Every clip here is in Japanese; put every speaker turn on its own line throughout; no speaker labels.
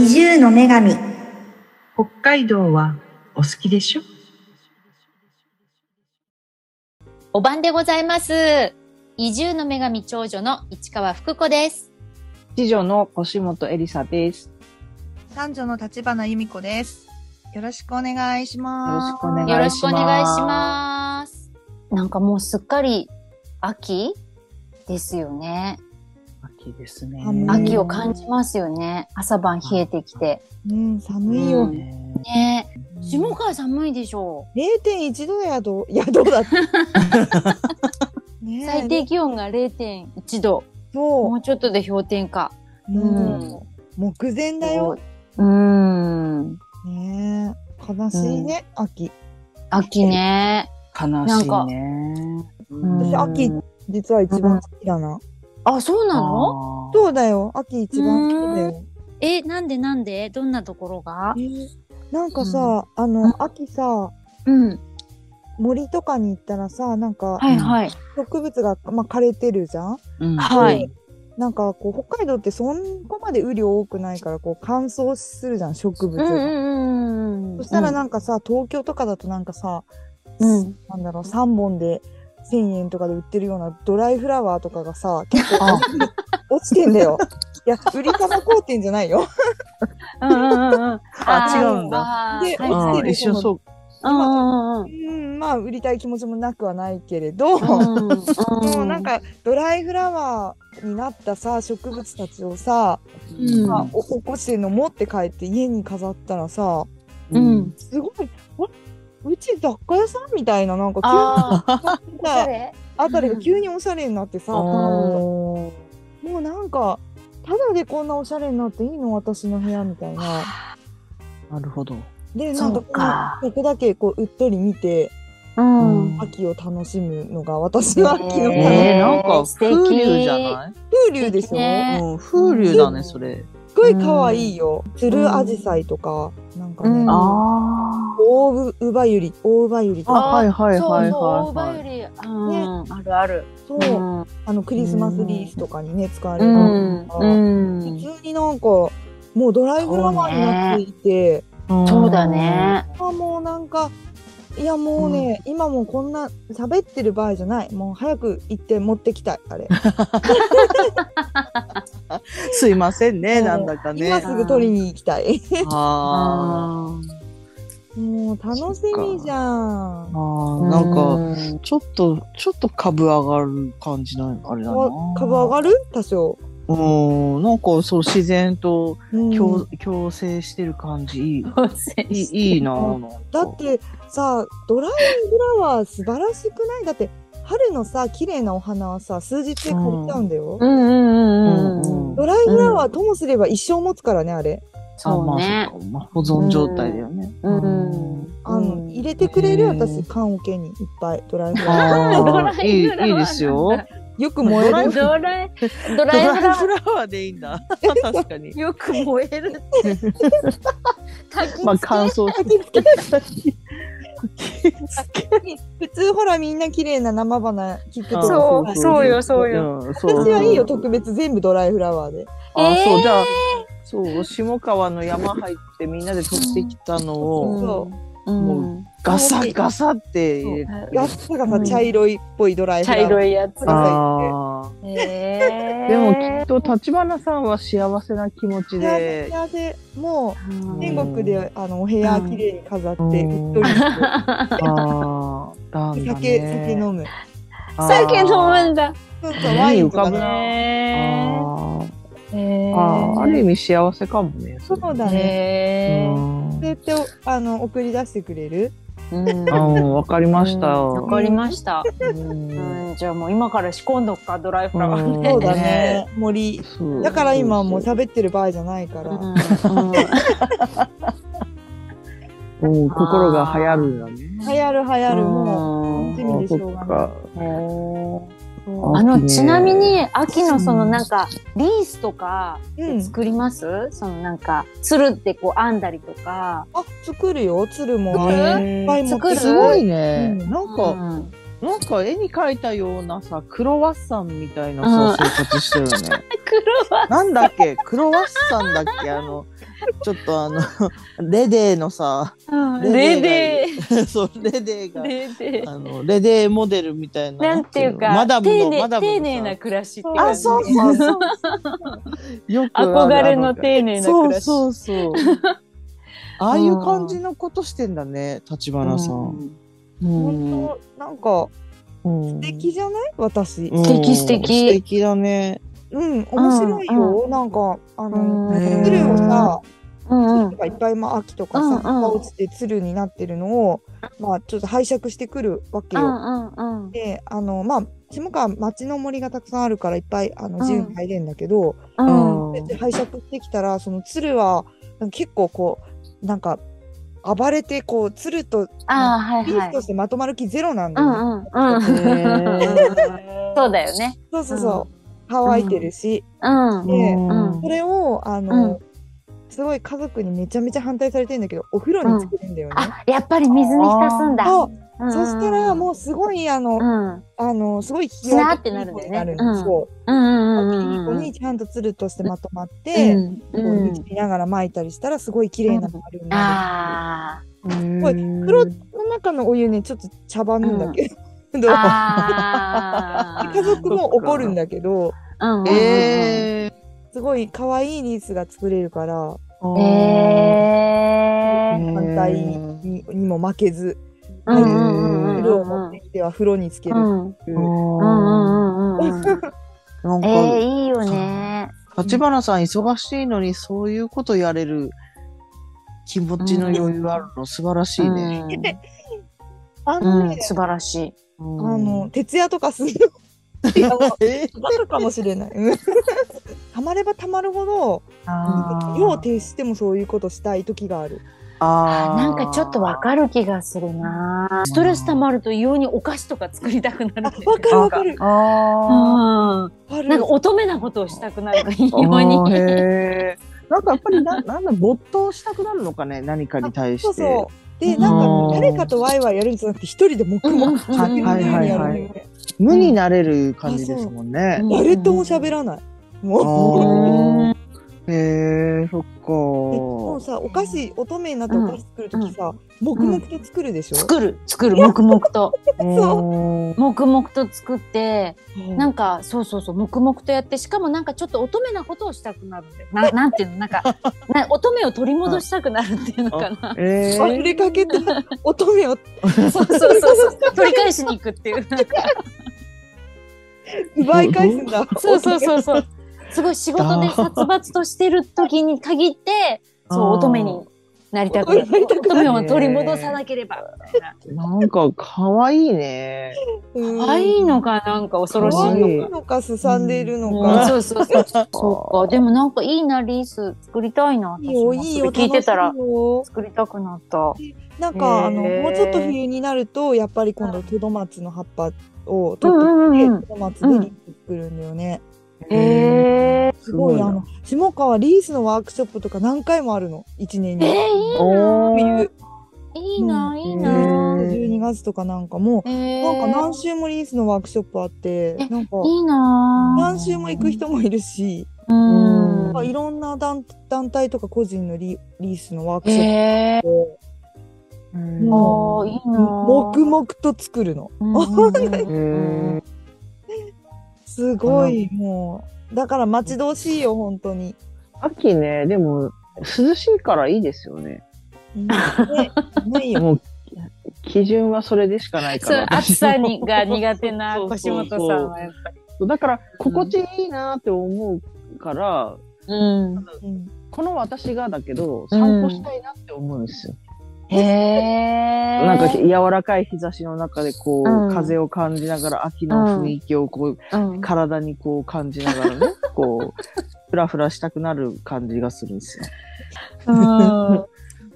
女神
北海道はお好きでしょ
お晩でございます。移住の女神長女の市川福子です。
次女の腰本エリサです。
三女の立花由美子です。よろしくお願いし
よろ
ま
し
す。
くお願いします。
よろしくお願いします。なんかもうすっかり秋ですよね。
す。秋ですね。
寒い
秋を感じますよね。朝晩冷えてきて。
うん、寒いよ。
うん
ねえ。下川寒いでしょ
0.1度やど、 やどうだって。
う。
ねえ
最低気温が0.1度。も
そう
ちょっとで氷点下。
う。
う。
もうん目前だよ。
うーん。
ねえ悲しいね、秋。
秋ね。
悲
な
し
んか
いね。
うん
私秋実は一番好きだな。
あ、そうなの
の
そうだよ。秋一番好きだよ。
え、なんでなんでどんなところが
なんかさ、あの、秋さ、
うん。
森とかに行ったらさ、なんか
はいはい。
植物が、まあ、枯れてるじゃん
うん。
はい。
なんかこう北海道ってそこまで雨量多くないからこう乾燥するじゃん植物
うん
が、
うんうん。
そしたらなんかさ、東京とかだとなんかさ、
うん
なんだろう3本で1,000円とかで売ってるようなドライフラワーとかがさ結構
あ
落ちてんだよ。いや売り玉工店じゃないよ。
うんうんうんうん。
あ違うんだ
だ
で
はい
落
は
ちて
い
うん一瞬そう。
うんうんうん
うんまあ売りたい気持ちもなくはないけれど、
うん。
でもなんかドライフラワーになったさ植物たちをさ、
うん
まあ、お起こしてるの持って帰って家に飾ったらさ
う
うんん。
すごい、あれうち雑貨屋さんみたいな、なんか
あ
急に
おしゃ
さ、
れ
あたりが急におしゃれになってさ、も
おー
うなんか、ただでこんなおしゃれになっていいの私の部屋みたいな。
なるほど。
で、な
そ
ん
う
か
か、
ここだけこう、うっとり見て、
うん。
秋を楽しむのが私の秋の楽しみ
へ
え
ー
ー、なんか
素敵
風流じゃない
風流でしょ、
ね
うん、風流だ
う
ね、
ん
それ。
すっごい可愛いよ。つるあじさいとか、なんかね
うん、
あ
大うばゆり、大うばゆりと
あ。
か、
はいはい
そ
は
う
い
そう、大
はい
葉よ
はい。
り、うん、あるある。
そうう、
ん。
あの、クリスマスリースとかにね、使わ
う
れる
ん。
か
うん
普通になんかもうドライフラワーになっていて、
そうだね。
あもうなんかいやもうね、今もうこんな喋ってる場合じゃないもう早く行って持ってきたいあれ、
すいませんね、
うん
なんだか
今
ね。
すぐ取りに行きた い
あ
あー
もう楽しみじゃ
ーあ
ん
ー、なんか、
うん
ちょっと、ちょっと株上がる感じなの、あれだな。
株上がる多少、
うん、なんか、そう、自然と
うん
共、共生してる感じ、いい、いいいいな。なんか
だってさドライフラワー素晴らしくないだって春のさ綺麗なお花はさ数日で枯れちゃうんだよ、
うんうんうん
うんうん
うん。
ドライフラワーともすれば一生持つからねあれ
あ
そう
まあ。
ね
そっかまあ保存状態だよね。
うん。
あの、入れてくれ
へ
る
ー
私缶オケにいっぱいドライフラワ
ド
あ
ラ
あ、
イ
いい、
フラワーなんだ
いいですよ。
ーよく燃える
ドライ、ド
ド
ライフラワー
フラワーでいいんだ。確かに。
よく燃えるって。焚き
まあ、
付け
乾燥して。
普通ほらみんな綺麗な生花聞くと
そうそうよそう
よ。うんそう
私はいいよ特別全部ドライフラワーで
あー、
え
そ
ー
う、じゃあ、そう、下川の山入ってみんなで取ってきたのを、
そ
うん
ガサガサって入れて。
ガッサガサ
うん
茶色いっぽいドライフラ
茶
ワー
色いやつ。
あ
あー
え
でもきっと立花さんは幸せな気持ち
幸せ
で。
幸せもう
ね
天国であのお部屋綺麗に飾って
うん
うっとりして
あーなんだ
酒
ね
酒飲む
酒飲むんだ。
そうそう
ね
ワインとか
浮か
ね
ぶ
え
あ
え
ーあーある意味幸せかもね。
そうだね
え
うん
そうやってあの送り出してくれる
うん
あーわかりました。
わかりました。
うん
うん、じゃあもう今から仕込んどっかドライフラワー
うん
ね。
そうだね森
そう
だから今はもう喋ってる場合じゃないから、
うんうん
うん心が流行るんだね。
流行る流行るも
も
楽しみでしょうがない
あ
秋
の
ね
ちなみに秋のそのなんかリースとか
う、う
で
ん、
作ります、そのなんかつるってこう編んだりとか。
あ作るよつるも
作る
いっぱい持って
作る
すごい
うん
ね。なんか、
うん
なんか絵に描いたようなさ、クロワッサンみたいなさ、生活してるよ ね。
黒は。
なんだっけクロワッサンだっけあの、ちょっとあの、 レデーのさ、
レデ
そう、レデー
ー。
が、
レデー。
あの、レデーモデルみたいな。
なんていうか、
マダム
丁
の、
寧
マダムのさ
丁寧な暮らしって感じ。
あ、そうそうそう。 よくある
憧れの丁寧な暮らし。
そう そうそう。ああいう感じのことしてんだね、立花さん。うん
本当なんか
素
素敵じゃない私
うん
素敵素敵
素敵だね。
うん面白いよ、なんかあの、
うん
鶴をさ
うんう
鶴
ん
とかいっぱい、まあ、秋とかさ、
うんうん
葉が落ちて鶴になってるのを、まあ、ちょっと拝借してくるわけ
う
よ。
んうんうん。
であのまあ下川町の森がたくさんあるからいっぱいあの
ん
自由に入れるんだけど、
うん
で拝借してきたらその鶴は結構こうなんか暴れてこう鶴と
ああ、はい
ピー
は
ス
い
と。してまとまる気ゼロなんだ
う
よ、ね
んうんうん。そうだよね。
そうそうそう乾いてるし、
うん。
で
うん
それをあの、
う
すごい家族にめちゃめちゃ反対されてんだけどお風呂につけるんだよね。
あ、やっぱり水に浸すんだ。
そう
うん
そしたらもうすごいあの、
うん。うん
あのすごい気
しなーってなるんだよね
るんですよ。
うんうん
いい子
うんうん。
にちゃんとつるとしてまとまって、
う
こ
ん
う見ながら巻いたりしたらすごい綺麗な丸にな
あ
ごい黒る。の中のお湯ねちょっと茶番なんだけ ど、
ーあー。
家族も怒るんだけど
うんうんうん。
え
え
すごい可愛いリースが作れるから
ー。
ー。えー。
反対ににも負けず
うんうんうんうん
黒を持ってきては風呂につける
う。ん
っていう
うん
うんうんうんうん。
なん
え
か
ー、いいよね。
立花さん忙しいのにそういうことやれる気持ちの余裕あるの素晴らしいね。
あ
う
の
ん、うん、
ね
素晴らしい。
あ
あ
の、徹夜とかするの
え
わかるかもしれない。うん たまればたまるほど、用を呈してもそういうことしたい時がある。
あー
なんかちょっとわかる気がするな。ストレス溜まると異様にお菓子とか作りたくなる。
あ、わかるわかる。
あ
うん。
ある
なんか乙女なことをしたくなる異
ー
様
あー
に。
へーなんかやっぱりな、 なんだ、没頭したくなるのかね、何かに対して。
そうそう。で、
うん
なんか誰かとワイワイやるんじゃなくて、一人で黙々と
うん
やるようにや
はいは
る
い
よね
無になれる感じですもんね。
誰とも喋らない。もう。
あーへえ、そっ
でもう
か。
さ、お菓子、乙女になってお菓子作る時さ、黙々と作るでしょ
作る作る黙々と
そ
黙々と作って
うん
なんかそうそうそう黙々とやってしかもなんかちょっと乙女なことをしたくなるんだよななんていうのなんかな乙女を取り戻したくなるっていうのかな
うん。え
あふれかけて乙女を
そうそうそうそう取り返しに行くっていうなんか
奪い返すんだ。
そうそうそうそうすごい仕事で殺伐としてる時に限ってそう乙女になりたくなる
乙女になり
乙女を取り戻さなければみたい
なんか可愛いね。
うん
な可愛いのかなんか恐ろし
可
い
愛いのか、すさんでいるの
うん
か。
そうそうそう。そうか。でもなんかいいな、リース作りたいな。
いいよ、
私も
いいよ、
それ聞いてたら
楽しいよ
作りたくなった。
なんか、あの、
へー
もうちょっと冬になると、やっぱり今度、トドマツの葉っぱを
う
取って
ん
き
うんうん
て、トドマツでリース作るんだよね。
え。
へえ。
すごい、あの
な。、
下川リースのワークショップとか何回もあるの、一年
えー、
に。
おー
冬、
いいな、いい
へ
な。
ー
12月とかなんかも、
え
なんか
ー
何、週もリースのワークショップあって、
え
なんか、
いいな。
何週も行く人もいるし、
うん
なんかいろんな団団体とか個人のリリースのワークショッ
え
プを、
ー、もういいな。
黙々と作るの。
うんうん
へ
すごい、もう。だから待ち遠しいよ、本当 に。
秋ね、でも涼しいからいいですよね。
うんね、ないよ。
もう基準はそれでしかないか
そう
ら。
暑さにが
そうそう
苦手な
そう
腰
そう
元さんはやっぱり。
そうだから心地いいなって思うから、
うん。
うん
この私がだけど散歩したいなって思うんですよ。
へえ。
なんか柔らかい日差しの中でこう、
うん
風を感じながら秋の雰囲気をこう、
うん、
体にこう感じなが らねこうふらふらしたくなる感じがするんですよ。
うん。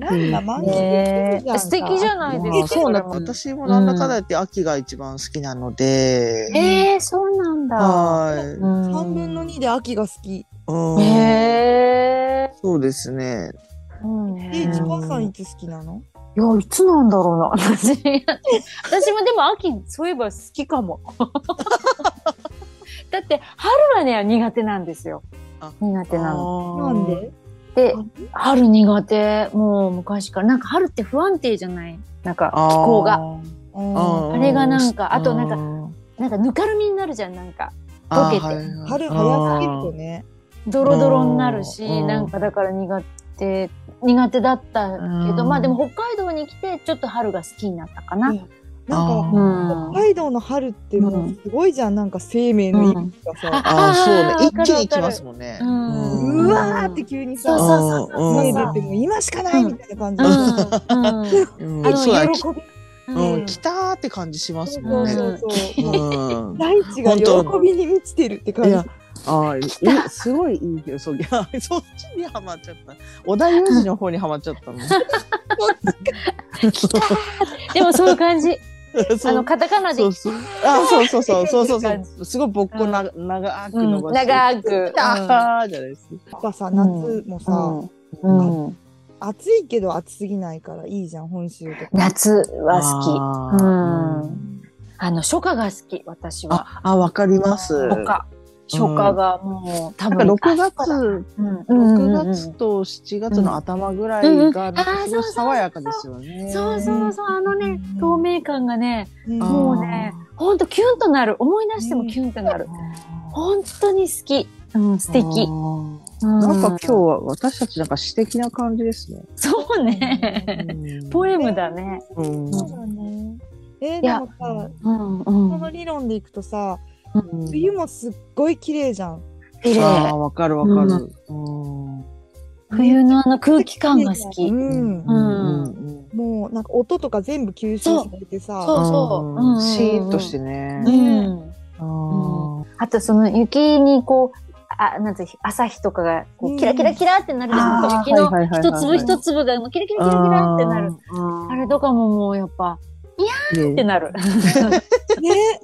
なんだ、満喫で
ね
き
え
る
素敵じ
んか。
ゃないですか。
まあそうなん
れも
私もなんだかんだ言って秋が一番好きなので、
ええそうなんだ。
は
3分の2で秋が好き。
い、うん
へえ
そうですね。
うん
で、
うん
一番さんいつ好きなの
いや、いつなんだろうな、私。私もでも秋、そういえば好き かも。だって、春はね、苦手なんですよ
あ。
苦手なの。
な
なん
で
で、春苦手。もう昔から。なんか春って不安定じゃないなんか気候が。
あー
あれがなんかあとなんか
うん
なんかぬかるみになるじゃん、なんか。
あー
溶けて
はいはい
春早すぎるとね。
ドロドロになるし、
うん
なんかだから苦手、苦手だったけど、
うん
まあでも北海道に来て、ちょっと春が好きになったか
な
な。
ん
あ
か
ー
うん
北海道の春ってもうすごいじゃん、なんか生命の意味がさ、
ああそうね
わか
一気
るわかる
にきますもんね
うん
うわーって急にさ、
そうそうそう
見
そ
える
うそ
っ
う
てもう今しかないみたいな 感じ、
うんうん
うん
あの
そうだき
喜び。
う
うん
ん来たーって感じします
そ
もん
う
ね
そうそう、
うん
大地が喜びに満ちてるって感
い
じ
やああいいすごいいいけどそういや そっちにはまっちゃった織田裕二の方にはまっちゃったの
でもそういう感じ。
そ
あ
う
の、カタカナで
そうそうあそうそうそうそうそう
感
そうすごいぼっこな長く
うん
伸ばして
長く。
あーじゃないです
やっぱさ夏もさ、
うんうん
暑いけど暑すぎないからいいじゃん本州とか
夏は好き。
あー
うんあの、初夏が好き、私は。
ああわかります
初夏。初夏がもう、多
なんか
分。
6月
うん
6
うんうんうん
月と7月の頭ぐらいが
んあー
すごい爽やかですよね。
そうそうそう、あのね、透明感がね、
うん
あー
もうね、ほんとキュンとなる。思い出してもキュンとなる。ほんとに好き。うん、素敵。
うん
な
なんか今日は私たちなんか詩的な感じですね。
そうね。 ポエムだね。
うん
そうだねえー、
い
で
や
もさ
うんう
この
ん。
理論でいくとさ
うん
冬もすっごい綺麗じゃん
綺
あー
麗。
わかるわかる。うん
冬のあの空気感が好き
う。、
うんんうん
もうなんか音とか全部吸収されてさ
そうそううんうんうん
シーンとしてね。
うん。あとその雪にこう、あ、なんていうの朝日とかがこ
う
うんキラキラキラってなるじゃん
あー
雪の
はいはいはいはい
一粒一粒がもうキラキラキラキラってなる。。あれとかももうやっぱ、ってなる。
ね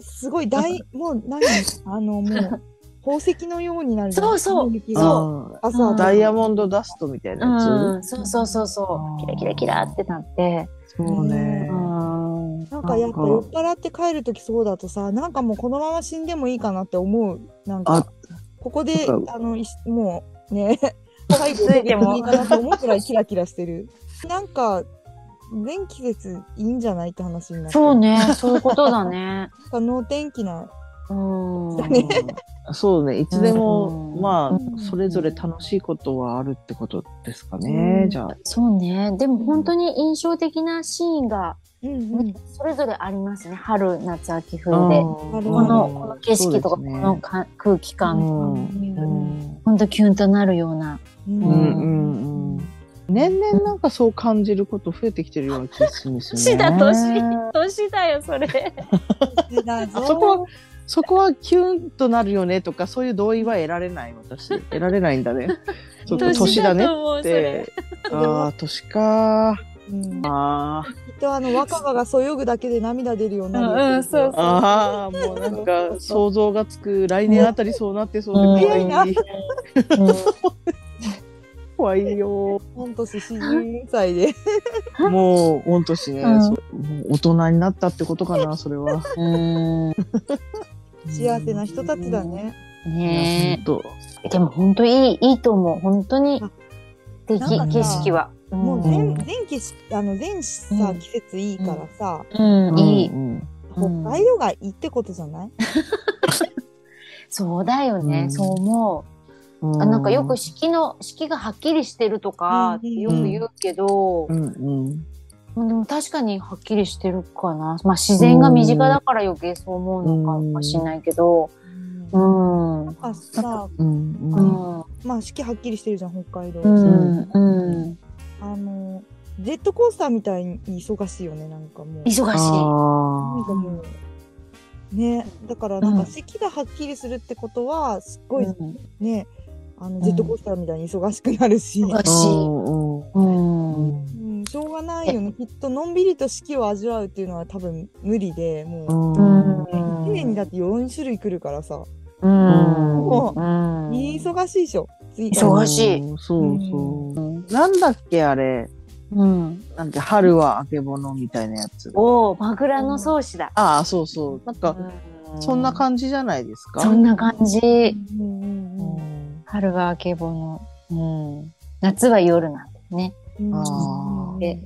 すごい 大もう何あのもう宝石のようになるじゃん
そうそう
雪が
そ
朝
う
うん
とか
ダイヤモンドダストみたいなやつ。
うん、そうそうそうそう。キラキラキラってなって。
そうね。
うん。
なんかやっぱ酔っ払って帰る時そうだとさなんかもうこのまま死んでもいいかなって思うなんかここで
なんか
あのいしもう ね最後でもいいかなって思うくらいキラキラしてるなんか全季節いいんじゃないって話になって
そうね、そういうことだね。
なんか能天気な
うん。
うんそうね、いつでも、
うん
ま
うん
あ、それぞれ楽しいことはあるってことですかね、
うん
じゃあ。
そうね。でも本当に印象的なシーンが、
うん
ねそれぞれありますね。春、夏、秋、冬
うん
で。
こ
この、
うん
この景色とか、
そうです
こ
ね
のか空気感。
うん
うん
ほんとキュンとなるような。
うん
う
うんん
うんうん年々なんかそう感じること増えてきてるような気がするんですよね。
年だよ、それ。
だぞ
あそこは、そこはキュンとなるよねとか、そういう同意は得られない、私。得られないんだね。そこ年だねっ
思 う
て。ああ、年か。
うんき
あー
っとあの若葉がそよぐだけで涙出るようにな
うん
る
うんそうそう
あー、もうなんか想像がつく。来年あたりそうなってそうで怖い。
うん
怖いよ。
御年42歳で
もう、御年ね、
うん
そうもう大人になったってことか な、それは。
うん。
幸せな人たちだね
ね。
ねえ
ほんと
でも本当いい、いいと思う。本当に
あ
素
なんか
敵、
さ
景色は。
もう全
ん
全季しあの全さ、
うん
季節いいからさ、
うん、うん、いい。
うん
うん
北海道がいいってことじゃない？
そうだよ
う
ね、
ん
そう思
う
う。
ん
あなんかよく式の、式がはっきりしてるとか、
うん
よく言うけど、
うんうん。
うんでも確かにはっきりしてるかな。まあ自然が身近だから余計そう思うのかもしれないけど、う
なん
ん。うん。
かさ、
うん
う
うん。
ん。
まあ四季はっきりしてるじゃん北海道。
うん。うん
あのジェットコースターみたいに忙しいよねなんかもう。
忙し
なん
あ
かもうねだからなんか咳がはっきりするってことはすっご
い。
い
うん
ね、あのジェットコースターみたいに忙しくなるし。
忙
ー
し
う
い。
んうん
うん。
うん、しょうがないよ ねきっとのんびりと四季を味わうっていうのは多分無理で
う
も
ん
う綺麗にだって4種類来るからさ
うん。
も
うん
忙しいでしょ次から
忙しい
そうそう。なんだっけあれ。
うん。
なんて春はあけぼのみたいなやつ。
おお、枕の草子だ。
ああ、そうそう。なんか、そんな
じ
感じじゃないですか。
そんな感じ。
うんうんうん
うん
春はあけぼの。うん。夏は夜なんだよね。
うん
あ
ー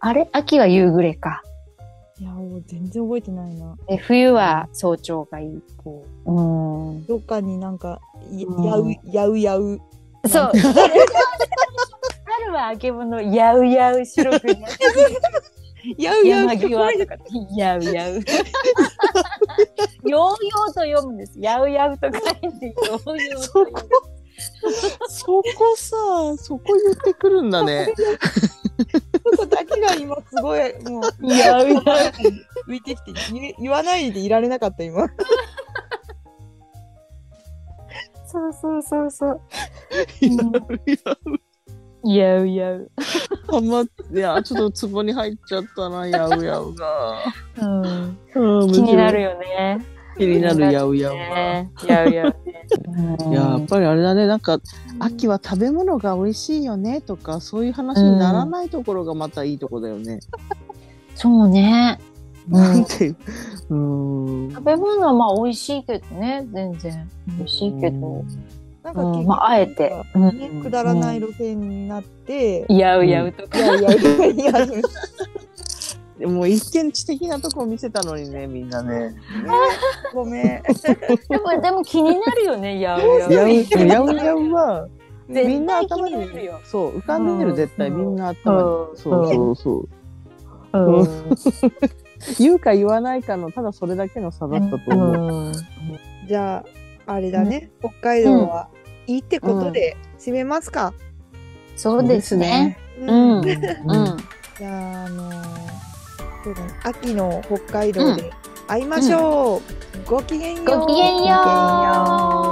あれ秋は夕暮れか。
いやもう全然覚えてないな
で冬は早朝がいい。こう。うん。
どっかになんかい
うん
やうやうやう
そう。春はあけぼの、やうやう、白くや
や
う、
うやう
山際とか、やうやう。ようようと読むんです。やうやうと書いて、ようようと読む。
そこさ、そこ言ってくるんだね。
そこだけが今すごいもう
やうやう。
浮いてきて言え言わないでいられなかった今
そうそうそうそう。
いやいや
やうやう。
はまいや、ちょっとツボに入っちゃったな、やうやうが。
うん、
うん
気になる。よね。
気になるやうやうが。
ねやうやうね。
いややっぱりあれだねなんか秋は食べ物が美味しいよねとかそういう話にならないところがまたいいとこだよね。
そうね。うん
なんていう。うーん。
食べ物はまあ美味しいけどね、全然。美味しいけど。
なんか結
う
局
ん、まああえて。
ねくだらない路線になって、
や
うやう
とか。
いやいやいやいやね
でも一見知的なとこ見せたのにねみんなね。
ごめ ん
でも、でも気になるよね、やうやう。
やうやうやうは
絶対
みんな頭
気になる
に
よ
そう浮かんでる絶対
うん
みんな頭
うん
に。そうそうそう。
うん
言うか言わないかのただそれだけの差だったと思う。
じゃああれだね、北海道はいいってことで締めますか、
そうですね。
う
うん。うん。
じゃああのーそうだね秋の北海道で会いましょう、ごきげんよう
ごきげんよう。